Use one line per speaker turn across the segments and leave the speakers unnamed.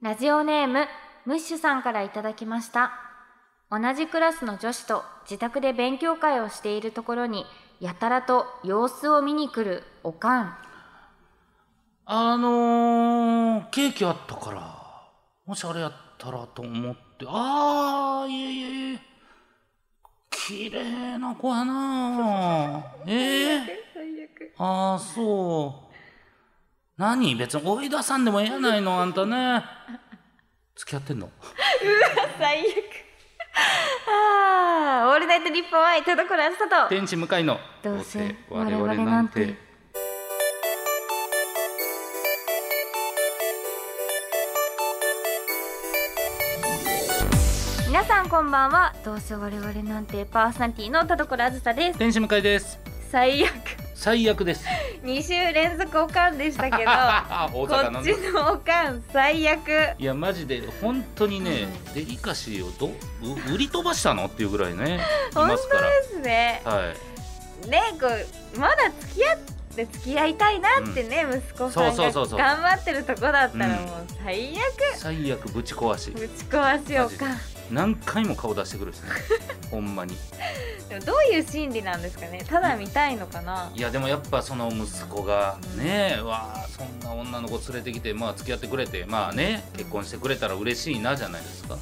ラジオネーム、ムッシュさんからいただきました。同じクラスの女子と自宅で勉強会をしているところに、やたらと様子を見に来るおかん。
あのー、ケーキあったから、もしあれやったらと思って、あー、いえいえいえ、綺麗な子やなぁ。ええあー、そう。何別に追い出さんでもええやないの、あんたね。付き合ってんの
最悪。ああ、オールナイトリッポン愛、田所あずさと。
天使向かいの。
どうせ
我々なん
我々なん
て
て。皆さんこんばんは。どうせ我々なんてパーソナリティの田所あずさです。
天使向かいです。
最悪。
最悪です。
2週連続おかんでしたけど、
あ 大
こ
阪な
っ
んだ
ちのおかん最悪。
いやマジで本当にね、デリカシーをどう売り飛ばしたのっていうぐら いねい
本
ますから
当ですね。
はい
ねこうまだ付き合って付き合いたいなってね、息子さん
そう
が
そうそうそう
頑張ってるとこだったら
うん
もう最悪
最悪ぶち壊し
ぶち壊しようか
マ何回も顔出してく るしねほんまに
でもどういう心理なんですかねただ見たいのかない
やでもやっぱその息子がねわあそんな女の子連れてきてまあ付き合ってくれてまあね結婚してくれたら嬉しいなじゃないですか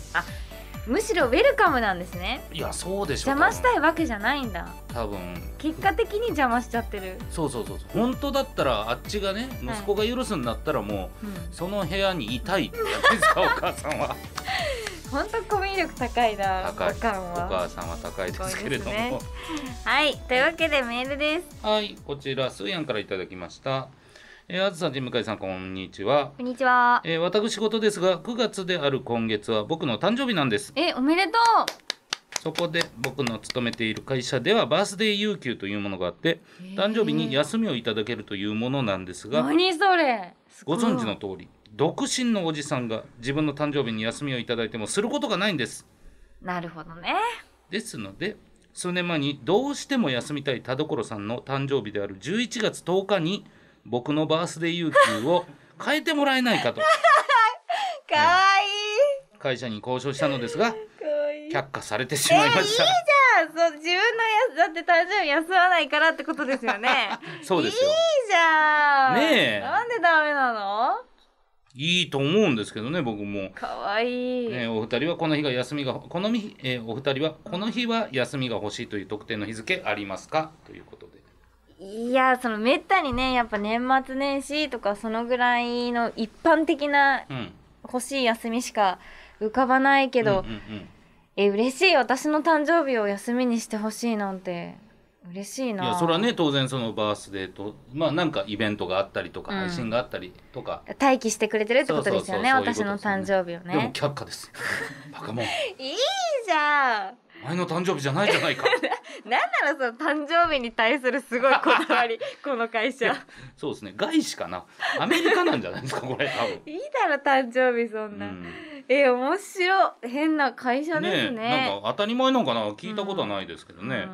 むしろウェルカムなんですね
いやそうでしょ
邪魔したいわけじゃないんだ
多分
結果的に邪魔しちゃってる、
そうそうそうそう本当だったらあっちがね
はい
息子が許すんだったらも
うん
うその部屋にいたいってやってんです かお母さんは
ほんとコミュ力高いな
高い
おかん
お
は
母さんは高いですけれ
そ
ども、
うですねはいというわけでメールです
はいこちらスーヤンからいただきました、えー、あずさん向井さんこんにちは、
こんにちは
えー、私事ですが9月である今月は僕の誕生日なんです
えおめでと
そこで僕の勤めている会社ではバースデー有給というものがあって
う
誕生日に
や
休みをいただけるというものなんですが、
何それすご
ご
い
存知の通り独身のおじさんが自分の誕生日に休みをいただいてもすることがないんです
なるほどね
ですので数年前にどうしても休みたい田所さんの誕生日である11月10日に僕のバースデー有給を変えてもらえないかと
かわい
会社に交渉したのですが
いかわいい
却下されてしまいました、
あそう自分のやつだって誕生日休まないからってことですよね
そうですよ
いいじゃん
ねえ
なんでダメなの
いいと思うんですけどね僕も、
かわいい、
ね、お二人はこの日が休みがこの日、えーお二人はこの日は休みが欲しいという特定の日付ありますかということで
いやそのめったにねやっぱ年末年始とかそのぐらいの一般的な
うん
欲しい休みしか浮かばないけど、
うんうんうん
え嬉しい私の誕生日を休みにしてほしいなんて嬉しいない
やそれはね当然そのバースデーとまあなんかイベントがあったりとか
うん
配信があったりとか、
待機してくれてるってことですよね
そうそう
私
そう
の誕生日を
でも
ね
却 下ですバカもん
いいじゃん
お前の誕生日じゃないじ ゃないか
なんならその誕生日に対するすごいこだ わりこの会社
そうですね外資かなアメリカなんじゃないですかこれ多分
いいだろ誕生日そんな、
うん
え面白い変な会社ですね
えなんか当たり前なんかな聞いたことはないですけどね、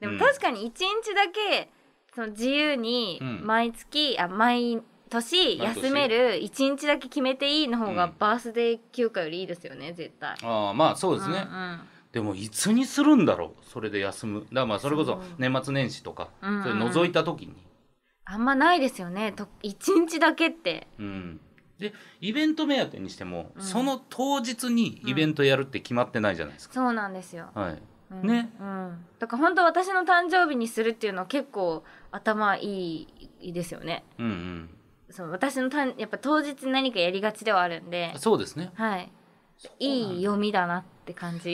うん、で
うん
も確かに一日だけその自由に
うん
毎月、あ毎年
毎年
休める一日だけ決めていいの方
う
が
ん
バースデー休暇よりいいですよね絶対
ああまあそうですね、でもいつにするんだろうそれで休むだからまあそれこ
そ
そう年末年始とか、
うんうん
それ覗いた時に
あんまないですよねと一日だけって
うんでイベント目当てにしても、
うん
その当日にイベントやるって決まってないじゃないですか、
そうなんですよ
はい
うん
ね
うん、だから本当私の誕生日にするっていうのは結構頭いいですよね
うんうん
その私のたんやっぱ当日何かやりがちではあるんで
そうですね。
はいいい
よ。
読みだなって感 じ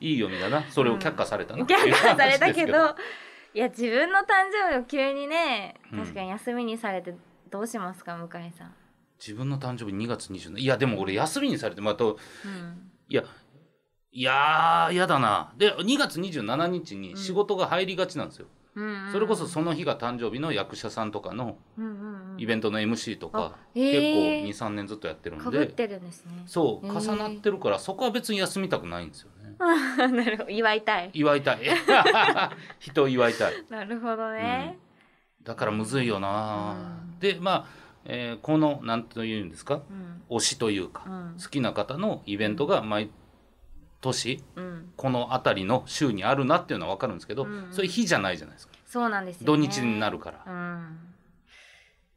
いい読みだな。それを却下されたな。
逆化されたけ
っていう話
どいや自分の誕生日を急にね
うん
確かに休みにされてどうしますか向井さん、
ですけど。自分の誕生日2月27日。いや、でも俺休みにされて、まあ、と、
うん
いや、いやー、やだな。で、2月27日に仕事が入りがちなんですよ。
うんうん、
それこそその日が誕生日の役者さんとかの
うんうんうん
イベントの MC とか
あ、へー
結構2、3年ずっとやってる
か
ん
ぶっ
で、
てるんですね
そう、
へ
重
ー
なってるから、そこは別に休みたくないんですよね。
なるほど祝いたい
祝 いたい。人を祝いたい。
なるほどね、
だからむずいよな、
うん
でまあえーこのなんというんですか
うん
推しというか、
うん
好きな方のイベントが毎年
うん
この辺りの週にあるなっていうのは分かるんですけど、
うんうん
そういう日じゃないじゃないですか、
そうなんですよ、ね、
土日になるから、
うん、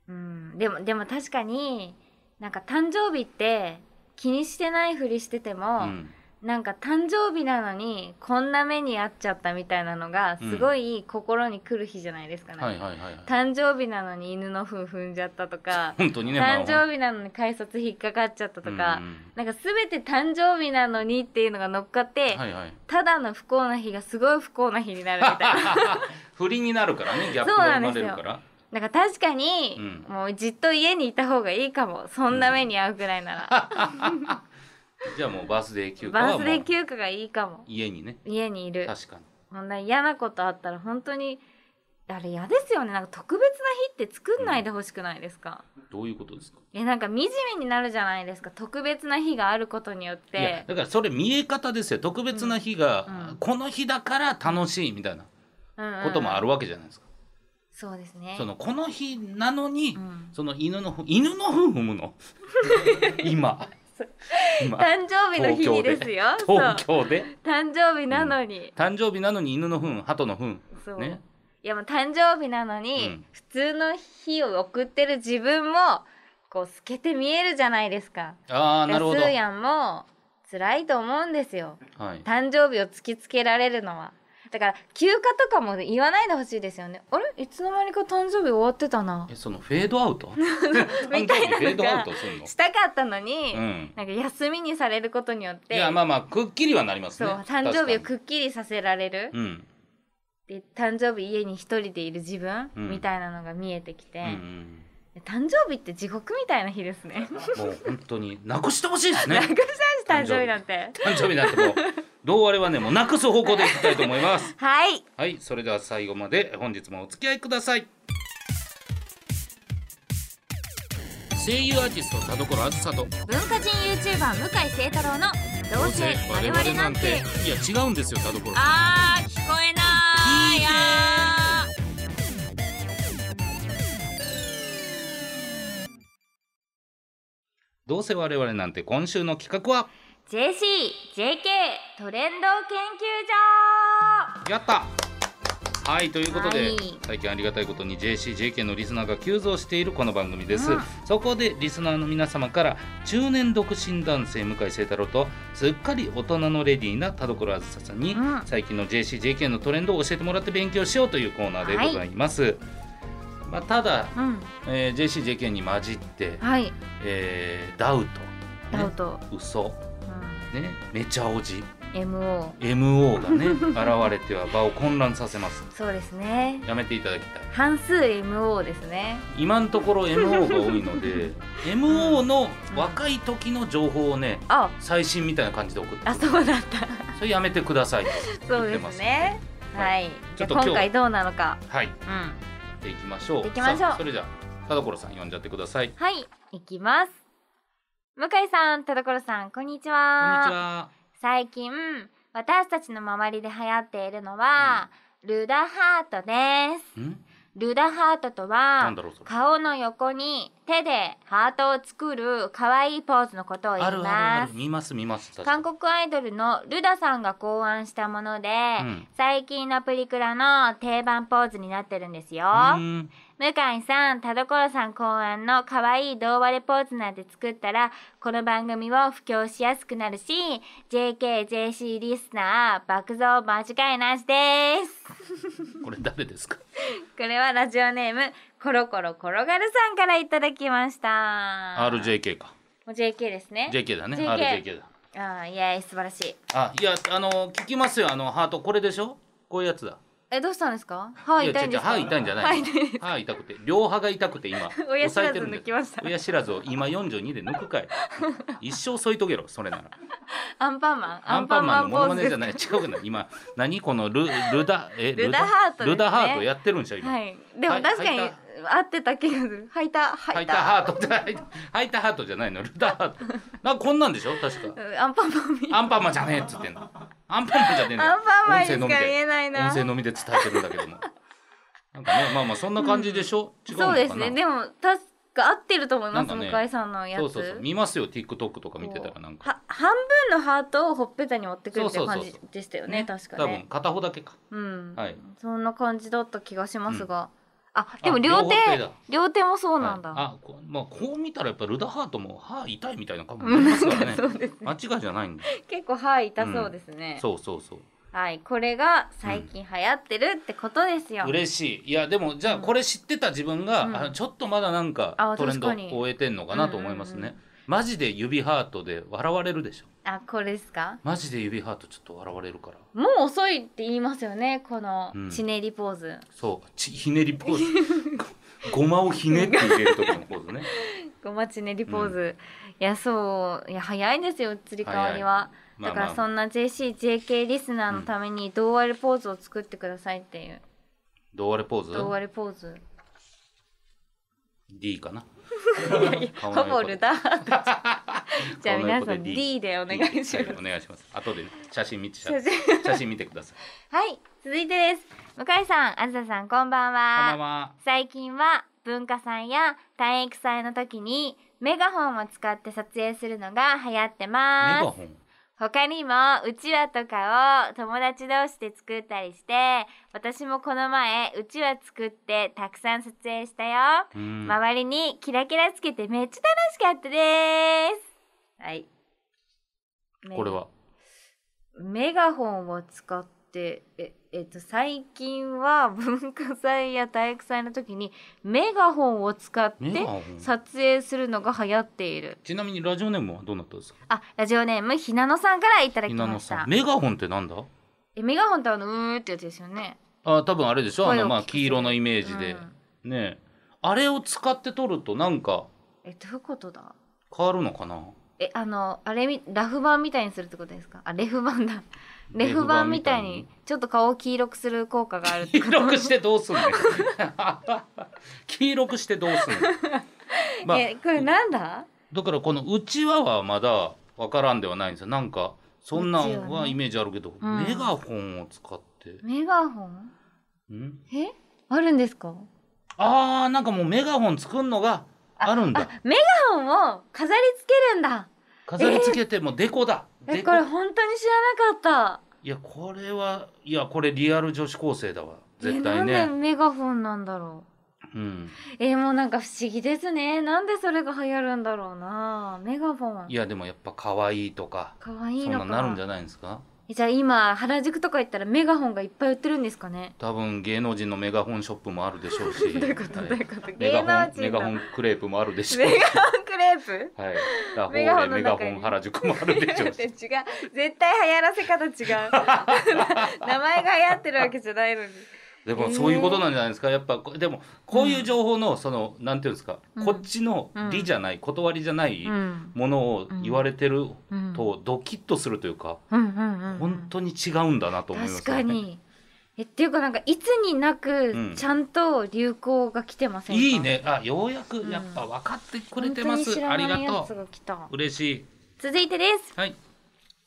うん、でもでも確かになんか誕生日って気にしてないふりしてても、
うん
なんか誕生日なのにこんな目に遭っちゃったみたいなのがすごい心に来る日じゃないですかね、
はいはいはいはい
誕生日なのに犬の糞踏んじゃったとか、
本当に ね
誕
まあ
生日なのに改札引っかかっちゃったとか、
うん
なんか全て誕生日なのにっていうのが乗っかって、
はいはい
ただの不幸な日がすごい不幸な日になるみたいな
不倫になるからねギャップ
そう
が
な
生
んで
ますれ
よ
るから
なんか確かに、
うん
もうじっと家にいた方がいいかもそんな目に遭うぐらいなら、
じゃあもうバースデー 休暇
バー
は
ス
も
デ
う
ー休暇がいいかも
家にね
家にいる
確かに
こんな嫌なことあったら本当にあれ嫌ですよねなんか特別な日って作んないでほしくないですか、
どういうことですか
えなんか惨めになるじゃないですか特別な日があることによっ
いや
て
だからそれ見え方ですよ特別な日が、
うんうん
この日だから楽しいみたいなこともあ
る
るわけじゃないですか、
そうですね
そのこの日なのに、
うん
その犬のふ犬の糞踏 むの今今
誕生日の日にですよそう
東京で
誕生日なのに、
誕生日なのに犬の糞鳩の糞
そう、
ね
いやもう誕生日なのに、
うん
普通の日を送ってる自分もこう透けて見えるじゃないですか
ああ
だか
なる
ら
ほ
ス
ど、
ー
はい、
ヤンも辛いと思うんですよ誕生日を突きつけられるのはだから休暇とかも言わないでほしいですよねあれいつの間にか誕生日終わってたな
えそのフェードアウト
みたいなのが
誕生日フェードアウトするの
したかったのに、
うん
なんか休みにされることによっ
い
て
やまあまあくっきりはなります
そう
ね
誕生日を
確か
くっきりさせられる
にうん
で誕生日家に一人でいる自分、
うん
みたいなのが見えてきて、
うんうん
で誕生日って地獄みたいな日ですね
もう本当になくしてほしいですね
なくしたんです誕生日なんて
誕生日なんてもうどうあれはねもうなくす方向でいきたいと思います
はい
はいそれでは最後まで本日もお付き合いください声優アーティスト田所あずさと
文化人 YouTuber 向井聖太郎の「どうせ我々なんて
いや違うんですよ田所」
あー聞こえないあー
どうせ我々なんて今週の企画は
JCJK トレンド研究
やったはいということで、
はい
最近ありがたいことに JCJK のリスナーが急増しているこの番組です、
うん
そこでリスナーの皆様から中年独身男性向井聖太郎とすっかり大人のレディーな田所あずささんに、
うん
最近の JCJK のトレンドを教えてもらって勉強しようというコーナーでございます、まあ、ただ、
所うん
えー JCJK に混じって、
はい
えーダウト、ね、
ダウト、
嘘、ね、めちゃおじ
うん、MO
MO がね現れては場を混乱させます
そうですね
やめていただきたい
半数 MO ですね
今のところ MO が多い ので MO の若い時の情報をね
あ
最新みたいな感じで送ってくる
あそうだ った
それやめてくださいと
そう
言って
で
ます
すねはい、
ち
じゃ
ょっ
あ
と今日
今回どうなのか
はいや
うん
っていきましょう
行きましょう
さあそれじゃあ田所さん呼んじゃってくださいこんに
は
ち
い、行きます。向井さん、田所さん、こんにちは。
は
最近、私たちの周りで流行っているのは、ルダハートです。
ん
ルダハートと
な
は
んだろうそれ
顔の横に手でハートを作る可愛いポーズのことを言い
あるあるあ
ま
る
す。
見ます見ます確か
韓国アイドルのルダさんが考案したもので、
うん
最近のプリクラの定番ポーズになってるんですよ。
うーん
向井さん、田所さん考案の可愛い胴割れポーズなんて作ったら、この番組を布教しやすくなるし、JK、JC リスナー、爆増間違いなしです。
これ誰ですか
これはラジオネーム、コロコロ転がるさんからいただきました。も
RJK か
う JK ですね。
JK だね
JK
RJK だ
ああ、いや、素晴らしい。
あいやあの聞きますよあのハートこれでしょこういうやつだ
え、どうしたんですか歯痛いんですか
や違う違う歯痛いんじゃない
歯
の
痛いです
歯痛くて両歯が痛く て今
親知らず
押さえてるんだよ
抜きました
親知らずを今42で抜 くかい一生添い遂げろそれなら
アンパンマン。
アンパンマンのモノマネじゃ
い。
ない違うくない今何このルルダえ
ルダハートですね
ルダハートやってるんでしょ今、
はい。で
は
も
い
確かに
はい
合ってた気がする。吐いた、
ハ
吐
イ
い
タ
た。
ーハートってハイハイターハートじゃないのルダハートなんかこんなんでしょ確か
うんアンパンマンみたい
アンパンマンじゃねえっつってんのアンパンマンじゃねえの
アンパンマン
音声のみ
しか言
で
えないな
音声のみで伝えてるんだけどもなんかねまあまあそんな感じでしょ、違うの
そう
かな
ですねでもたが合ってると思います、
なんかね
向井さんのやつ
そうそうそう見ますよ TikTok とか見てたらなんか
は半分のハートをほっぺたに持ってくるってい
そううそう
感
そうそう
じでしたよね確か
多分
ね
片方だけか
うん、
はい
そんな感じだった気がしますが、あ
あ
でも両手
方
両
手
手
だ
もそうなんだ、
はいあこ,、まあ、こう見たらやっぱルダハートも歯痛いみたいな感じ
うん
で
な
す
ん
から
か そ
ね
うですね
間違いじゃないんだ
結構歯痛そうですね、
そうそうそう
はいこれが最近流行ってるってことですよ、
嬉しいいやでもじゃあ
うん
これ知ってた自分が、
うん
あちょっとまだなんか
あ
トレンドを
確かに
終えてんのかなと思います
うんうんう
ねマジで指ハートで笑われるでしょ
あこれですか
マジで指ハートちょっと笑われるから
もう遅いって言いますよねこの
うん
チネリポーズ、
そうちひねりポ ーズごまをひねって入れる時のポーズね
ごまチネリポーズ、いやそういや早いんですよ移り変わりは、
まあ
だからそ
まあ
んな JCJK リスナーのために胴割れポーズを作ってくださいっていう、
胴割れポーズ
胴割れポーズ
D かな
ほ
顔の横
ぼルダーだじゃあ
顔の
皆
横
さ
で
ん D でお願いし
D
ま
はいお願いします後でね写真見て
す
写真見てくださ い
はい続いてです向井さんあずささんこんばん
こんば
は
んは
最近は文化祭や体育祭の時にメガホンを使って撮影するのが流行って
メガ
ます
ホン
他にもうちわとかを友達同士で作ったりして私もこの前うちわ作ってたくさん撮影したよ、
うん
周りにキラキラつけてめっちゃ楽しかったですはい
これは
メガホンを使ってええっと最近は文化祭や体育祭の時にメガホンを使っ
メガ
て
ホン
撮影するのが流行っている
ちなみにラジオネームはどうなったんですか
あラジオネームひなのさんからいただき
ひな
ま
の
し
さ
た
んメガホンってなんだ
えメガホンってあのうーってやつですよね
あ多分あれでしょあ
声を
のまあ
聞く
黄色のイメージで、ねえあれを使って撮るとなんか
えどういうことだ
変わるのかな
えあのあれみラフ版みたいにするってことですかあレフ版 だ
レ
レ
フ
フ
版
版
み
み
た
た
い
い
に
にちょっと顔を黄色くする効果があるって
黄
こと
色くしてどうすんねん黄色くしてどうすんね んまあ
えこれなんだ
だからこのうちわはまだわからんではないんですよなんかそんなんはイメージあるけど、
うん
メガホンを使って、
メガホン
ん、
えあるんですか
あーなんかもうメガホン作んのがあるんだ
メガホンを飾り付けるんだ
飾り付けてもうデコだ、
え
デコ
これ本当に知らなかっ
いやこれはいやこれリアル女子高生だわ
た
絶対
えなん
ね
でメガホンなんだろ
うん
うえもうなんか不思議ですねなんでそれが流行るんだろうなメガホン
いやでもやっぱ可愛いとか
かわいい
そん
の
な
か
んなるんじゃないんですか
えじゃあ今原宿とか行ったらメガホンがいっぱい売ってるんですかね
多分芸能人のメガホンショップもあるでしょうし
どういうこと
は
ど
いう
いうこと
メ
芸能
ガホン
人
メガホ
の
ンクレープもあるでしょうし
メガホンクレー プ
はい、ラフォ
メガホ
ーレ
ンの
メガ
中
ホ
に
ン原宿もあるでし
違
ょ
う
う し
絶対流行らせ方違 う名前が流行ってるわけじゃないのに
でもそういうことなんじゃないですかやっぱこでもこういう情報のその、なんていうんですか、
うん
こっちの
うん
理じゃない断りじゃない
うん
ものを言われてる
うん
とドキッとするというか、
うんうんうんうん
本当に違うんだなと思います、ね、
確かにえっていうかなんかいつにな
うん
くちゃんと流行が来てませんか、
いいねあようやくやっぱ分かってくれてます、あり
本当に知ら
が
ないやつ
とう
が来た
嬉しい
続いてです
はい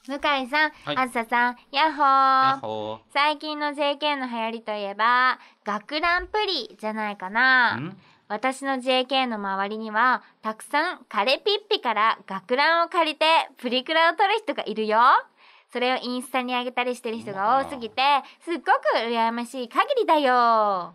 向井さん、
はい
あずささんヤッホ
ヤッ
ー
ホ
最近の JK の流行りといえば学ランプリじゃないか
ー
なん私の JK の周りにはたくさんカレピッピから学ランを借りてプリクラを撮る人がいるよそれをインスタに上げたりしてる人が多すぎてすっごく羨ましい限りだよ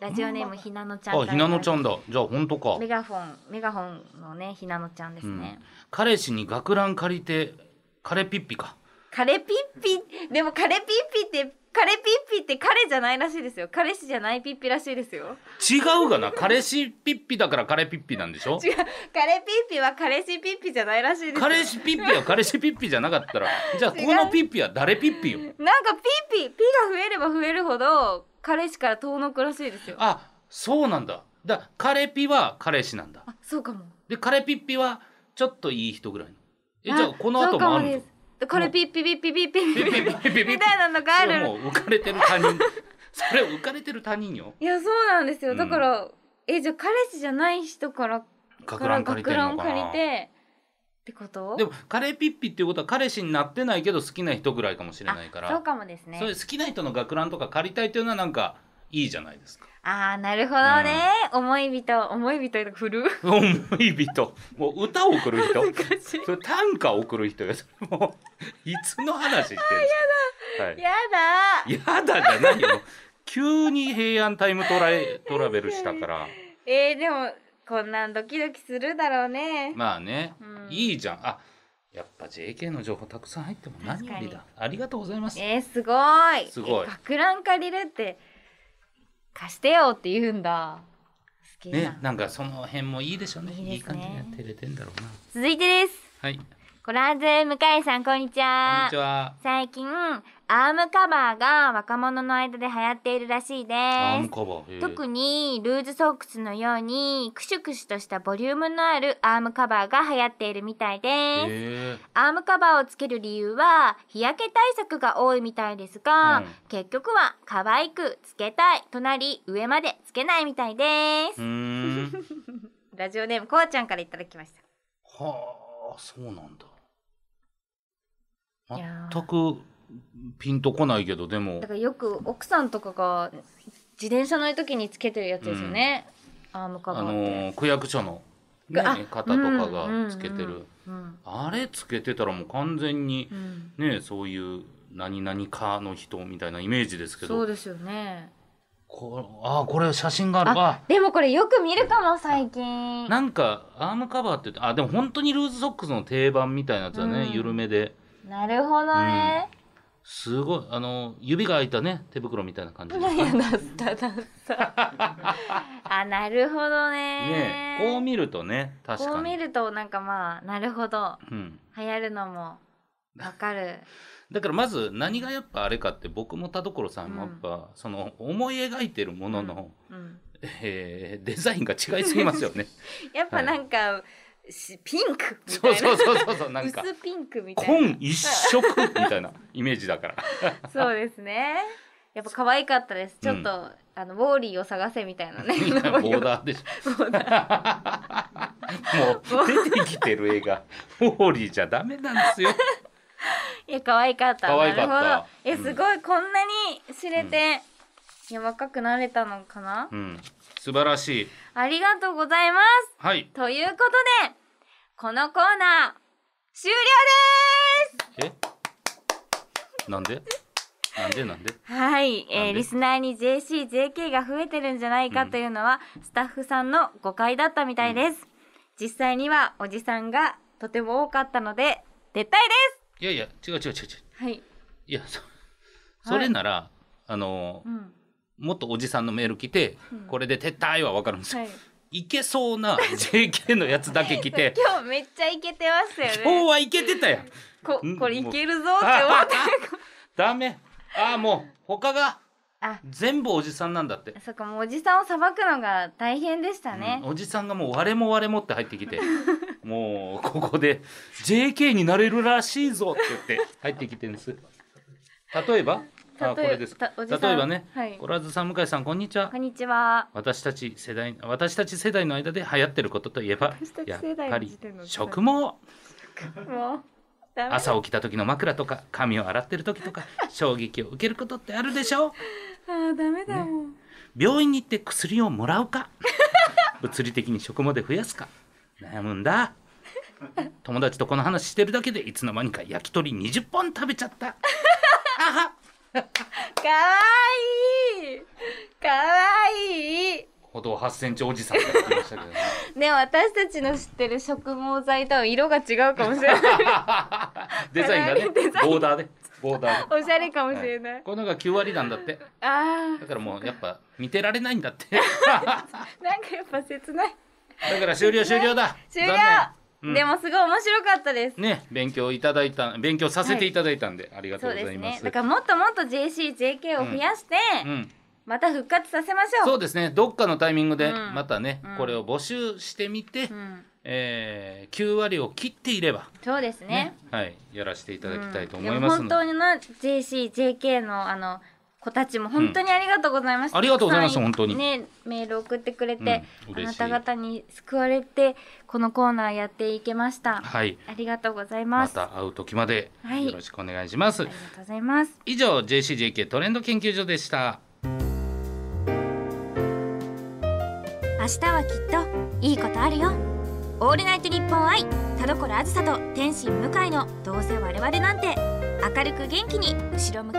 ラジオネームひなのちゃん
あひなのちゃ
ん
んだじゃあ本当か
メガホンメガホンのねひなのちゃんですね、
彼氏に学ラン借りて彼ピッピか
カレピッピでもカレピッピってカレピッピって彼じゃないらしいですよ彼氏じゃないピッピらしいですよ
違うがな彼氏ピッピだから彼ピッピなんでしょ
違うカレピッピは彼氏ピッピじゃないらしいですよ
彼氏ピッピは彼氏ピッピじゃなかったらじゃあ
違う
このピッピは誰ピッピよ
なんかピーピーピーが増えれば増えるほど彼氏から遠のくらしいですよ。
あそうなんだだ彼ピは彼氏なんだ
あ、そうかも。
で彼ピッピはちょっといい人ぐらいのえじゃあこの
そ
後
うか
もあ
も
る
で
の
す。でこれピーピーピーピーピーピーピーピー
ピッピピッピ
みたいなのがあ
それ
る
も。う浮かれてる他人それ浮かれてる他人よ
いやそうなんです
う
よ。
ん
だから、えじゃあ彼氏じゃない人から
学
か
ラ
ら
ン借り
学
てる
ラン
の
を
か
借り
な
てってこと？
でも彼ピッピっていうことは彼氏になってないけど好きな人ぐらいかもしれないから
あそうかもですね
そう。いう好きな人の学ランとか借りたいというのはなんかいいじゃないですか。
あーなるほどね、思い人思い人とか振る
思い人。もう歌を送る人。
昔
それ短歌を送る人よ。それもう、いつの話してんです
やだ
か。はい。やだじゃないよ。急に平安タイムトライトラベルしたから。
えー、でもこんなんドキドキするだろうね、
まあね、
うん
いいじゃん。あ、やっぱ JK の情報たくさん入っても何よりだ。ありがとうございます。
えー、すごい
すごい
え学ラン借りるって貸してよって言うんだ好きな、
ね、なんかその辺もいいでしょうね。いい
いいですね
感じにやってれてんだろうな。
続いてです
はい。こんに
コラーズ向井さんこんにちは
ちは。
最近アームカバーが若者の間で流行っているらしいで
アーム
す
カバー。へえ
特にルーズソックスのようにクシュクシュとしたボリュームのあるアームカバーが流行っているみたいです、
へえ
アームカバーをつける理由は日焼け対策が多いみたいですが、
うん
結局は可愛くつけたいとなり上までつけないみたいです、
うーん。
ラジオネームこうちゃんからいただきました
はあそうなんだ
いやー
全くピンとこないけどでも
だからよく奥さんとかが自転車乗る時につけてるやつですよね、アームカ
あ
バー
の
って、
ー区役所の、ね
あ、
方とかがつけてる、
うんうん
あれつけてたらもう完全に
うんうん
ねそういう何々かの人みたいなイメージですけ
そう
ど
ですよね
こあーこれ写真があるわ
あでもこれよく見るかも最近
なんかアームカバーって言ってあでも本当にルーズソックスの定番みたいなやつだね、
うん
緩めで
なるほどね、
すごいあの指が開いたね手袋みたいな 感じで
いやだっただった。あ、なるほどね
ね。こう見るとね確かに
こう見るとなんかまあなるほど
うん、
流行るのもわかる。
だからまず何がやっぱあれかって僕も田所さんもやっぱ、その思い描いてるものの、
うん、
えーデザインが違いすぎますよね
やっぱなんか、しピンク みた
そ
いうな
そうそうそうそうなんか
薄ピンクみたいな。
紺一色みたいなイメージ だから
そうですね。やっぱ可愛かったです。ちょっと、あのウォーリーを探せみたいな ね。
いやボーダーでし
ボーダー
ょもう出てきてる映画フォーリーじゃダメなんですよ
いや可愛かった。
可愛かった
なるほど。え
うん
すごい、こんなに知れて、柔らかくなれたのかな。
うん素晴らしい
ありがとうございます。
はい
ということで、このコーナー、終了です
えなんでなんでなんで
はい、
なん
えー
で
リスナーに JC、JK が増えてるんじゃないかというのは、スタッフさんの誤解だったみたいです。実際にはおじさんがとても多かったので、撤退で
いやいや違う違う違う違う
すはい。
いやそそれなら、あの
うん。
もっとおじさんのメール来て、これで撤退は分かるんですよ、
はい。
い、けそうな JK のやつだけ 来て
今日めっちゃイケてましたよ
今日
ね。
はいけてたやん
こ
うん、
これいけるぞって思って。
ダメああもう他が
あ、
全部おじさんなんだって、
そっか、もうおじさんを裁くのが大変でしたね
うん。おじさんがもう我も我もって入ってきて もうここで JK になれるらしいぞって言って入ってきてるんです例えばあこ
例え
れですか
たおじさん
例えばね、
はい
コラーズさん向井さんこんにちは
こんにちは。
私たち世代私たち世代の間で流行ってることといえば
私たち
やっ
世代
ぱ
の
り
時点の
食毛
もう、ダメだ
朝起きた時の枕とか髪を洗ってる時と か衝撃を受けることってあるでしょう
あーダメだもん、
病院に行って薬をもらうか物理的に食毛で増やすか悩むんだ友達とこの話してるだけでいつの間にか焼き鳥20本食べちゃったあは
かわいいかわいい
歩道8センチおじさんが来まし たけどね
ね私たちの知ってる植毛剤とは色が違うかもしれ ない
デザインがね
デザイン
ボーダーでボーダーで
おしゃれかもしれない、
はいこういうのが9割なんだって
あ
だからもうやっぱ見てられ ないんだって
ーなんかやっぱ切ない
だから終了終了だ
終了、
残念うん
でもすごい面白かったです
ね勉強いただいた勉強させていただいたんで、ありがと
そうう
ござ
です
いま
ね
す
だからもっともっと JCJK を増やして、
うん、
また復活させましょう
そうですねどっかのタイミングで
うん
またね、
うん
これを募集してみて、
うん、
えー、9割を切っていれば、
そうですね
はい、やらせていただきたいと思
う
い
ん
ますの
でも本
で,、
当にな JCJK のあの子たちも本当にありがとうございました、
ありがとうございます
たくさん
本当に
ねメール送ってくれて、
うん
あ
嬉
な
しい
た方に救われてこのコーナーやっていけましたあ
はい
りがとうございま、
ますた会う時まで
はい
よろしくお願いします、
ありがとうございます
以上 JCJK トレンド研究所でした
明日はきっといいことあるよオールナイトニッポン愛田所あずさと天心向井のどうせ我々なんて明るく元気に後ろ向き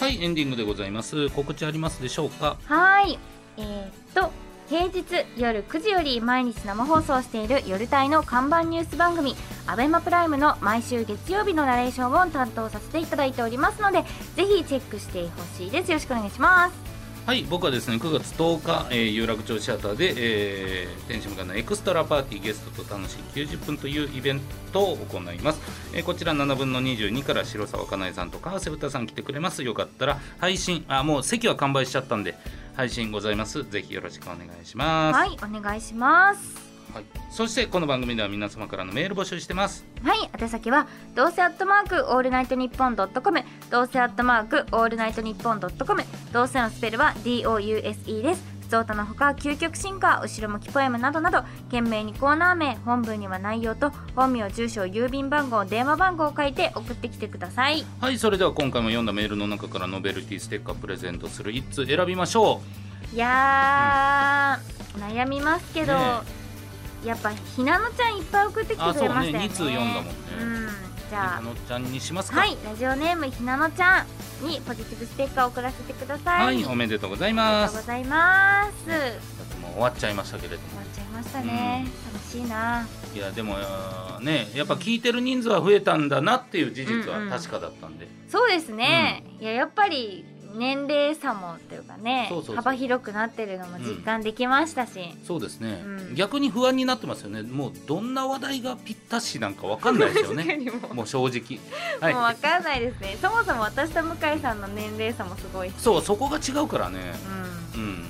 はいエンディングでございます告知ありますでしょうか
はいえーっと平日夜9時より毎日生放送している夜帯の看板ニュース番組アベマプライムの毎週月曜日のナレーションを担当させていただいておりますのでぜひチェックしてほしいですよろしくお願いします
はい僕はですね9月10日、えー有楽町シアターで、えー、天使向かいのエクストラパーティーゲストと楽しい90分というイベントを行います、えーこちら7分の22から白沢かなえさんと川瀬歌さん来てくれますよかったら配信あもう席は完売しちゃったんで配信ございますぜひよろしくお願いします、
はいお願いします
はい、そしてこの番組では皆様からのメール募集してます
はい宛先はどうせアットマークオールナイトニッポンドットコムどうせアットマークオールナイトニッポンドットコムどうせのスペルは DOUSE です普通歌のほか究極進化後ろ向きポエムなどなど懸命にコーナー名本文には内容と本名住所郵便番号電話番号を書いて送ってきてください
はいそれでは今回も読んだメールの中からノベルティステッカープレゼントする1通選びましょ
いやー悩みますけど、
ね
やっぱひなのちゃんいっぱい送ってきてくれましたよ
あ
ね
そうね二通読んだもんね
うんじ
う
ゃあ
あのちゃんにしますか
はい、ラジオネームひなのちゃんにポジティブステッカーを送らせてくださ。
はいいおめでとうござい
あり
ま
がとう
す
ございます。終
もう終わっちゃいましたけれども
わっちゃいましたね。楽しいな。
いやでもあーねやっぱ聞いてる人数は増えたんだなっていう事実
うんうん
は確かだったんで、
そうですね。いや、やっぱり年齢差もというかね
そうそうそう
幅広くなってるのも実感できました し。
そうですね、
うん
逆に不安になってますよねもうどんな話題がぴったしなんかわかんないですよ
確か
ね
にもう
もう正 直
もう
は
わ
い
かんないですね。そもそも私と向井さんの年齢差もすごいし。
そうそこが違うからね
うん
うん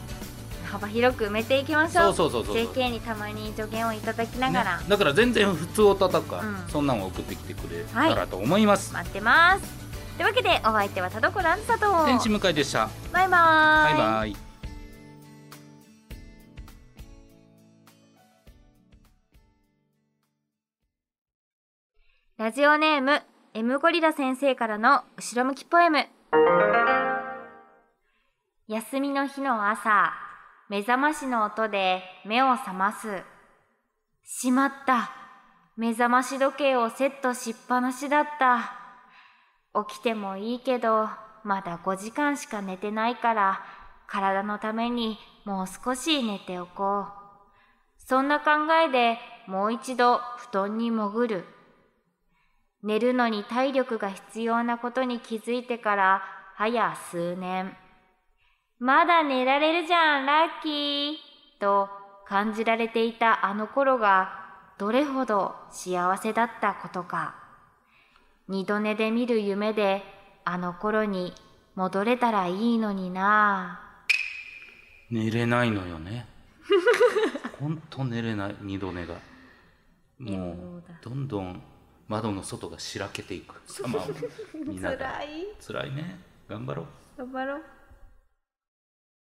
幅広く埋めていきましょ。
そううそうそうそう
JK にたまに助言をいただきながら
ね、だから全然普通を叩くか、
うん
そんなんを送ってきてくれたらと思います、
待ってます。というわけでお相手は田所あずさと。
天使向井でした
バイバ
バ
ー
イ
イ。
バイ
ラジオネーム M ゴリラ先生からの後ろ向きポエム休みの日の朝目覚ましの音で目を覚ますしまった目覚まし時計をセットしっぱなしだった起きてもいいけどまだ5時間しか寝てないから体のためにもう少し寝ておこうそんな考えでもう一度布団に潜る寝るのに体力が必要なことに気づいてから早数年まだ寝られるじゃんラッキーと感じられていたあの頃がどれほど幸せだったことか二度寝で見る夢であの頃に戻れたらいいのになあ
寝れないのよね ほんと寝れない二度寝がも
そう
う
だ
どんどん窓の外がしらけていく様を見ながら
い
辛いね頑張ろう
頑張ろう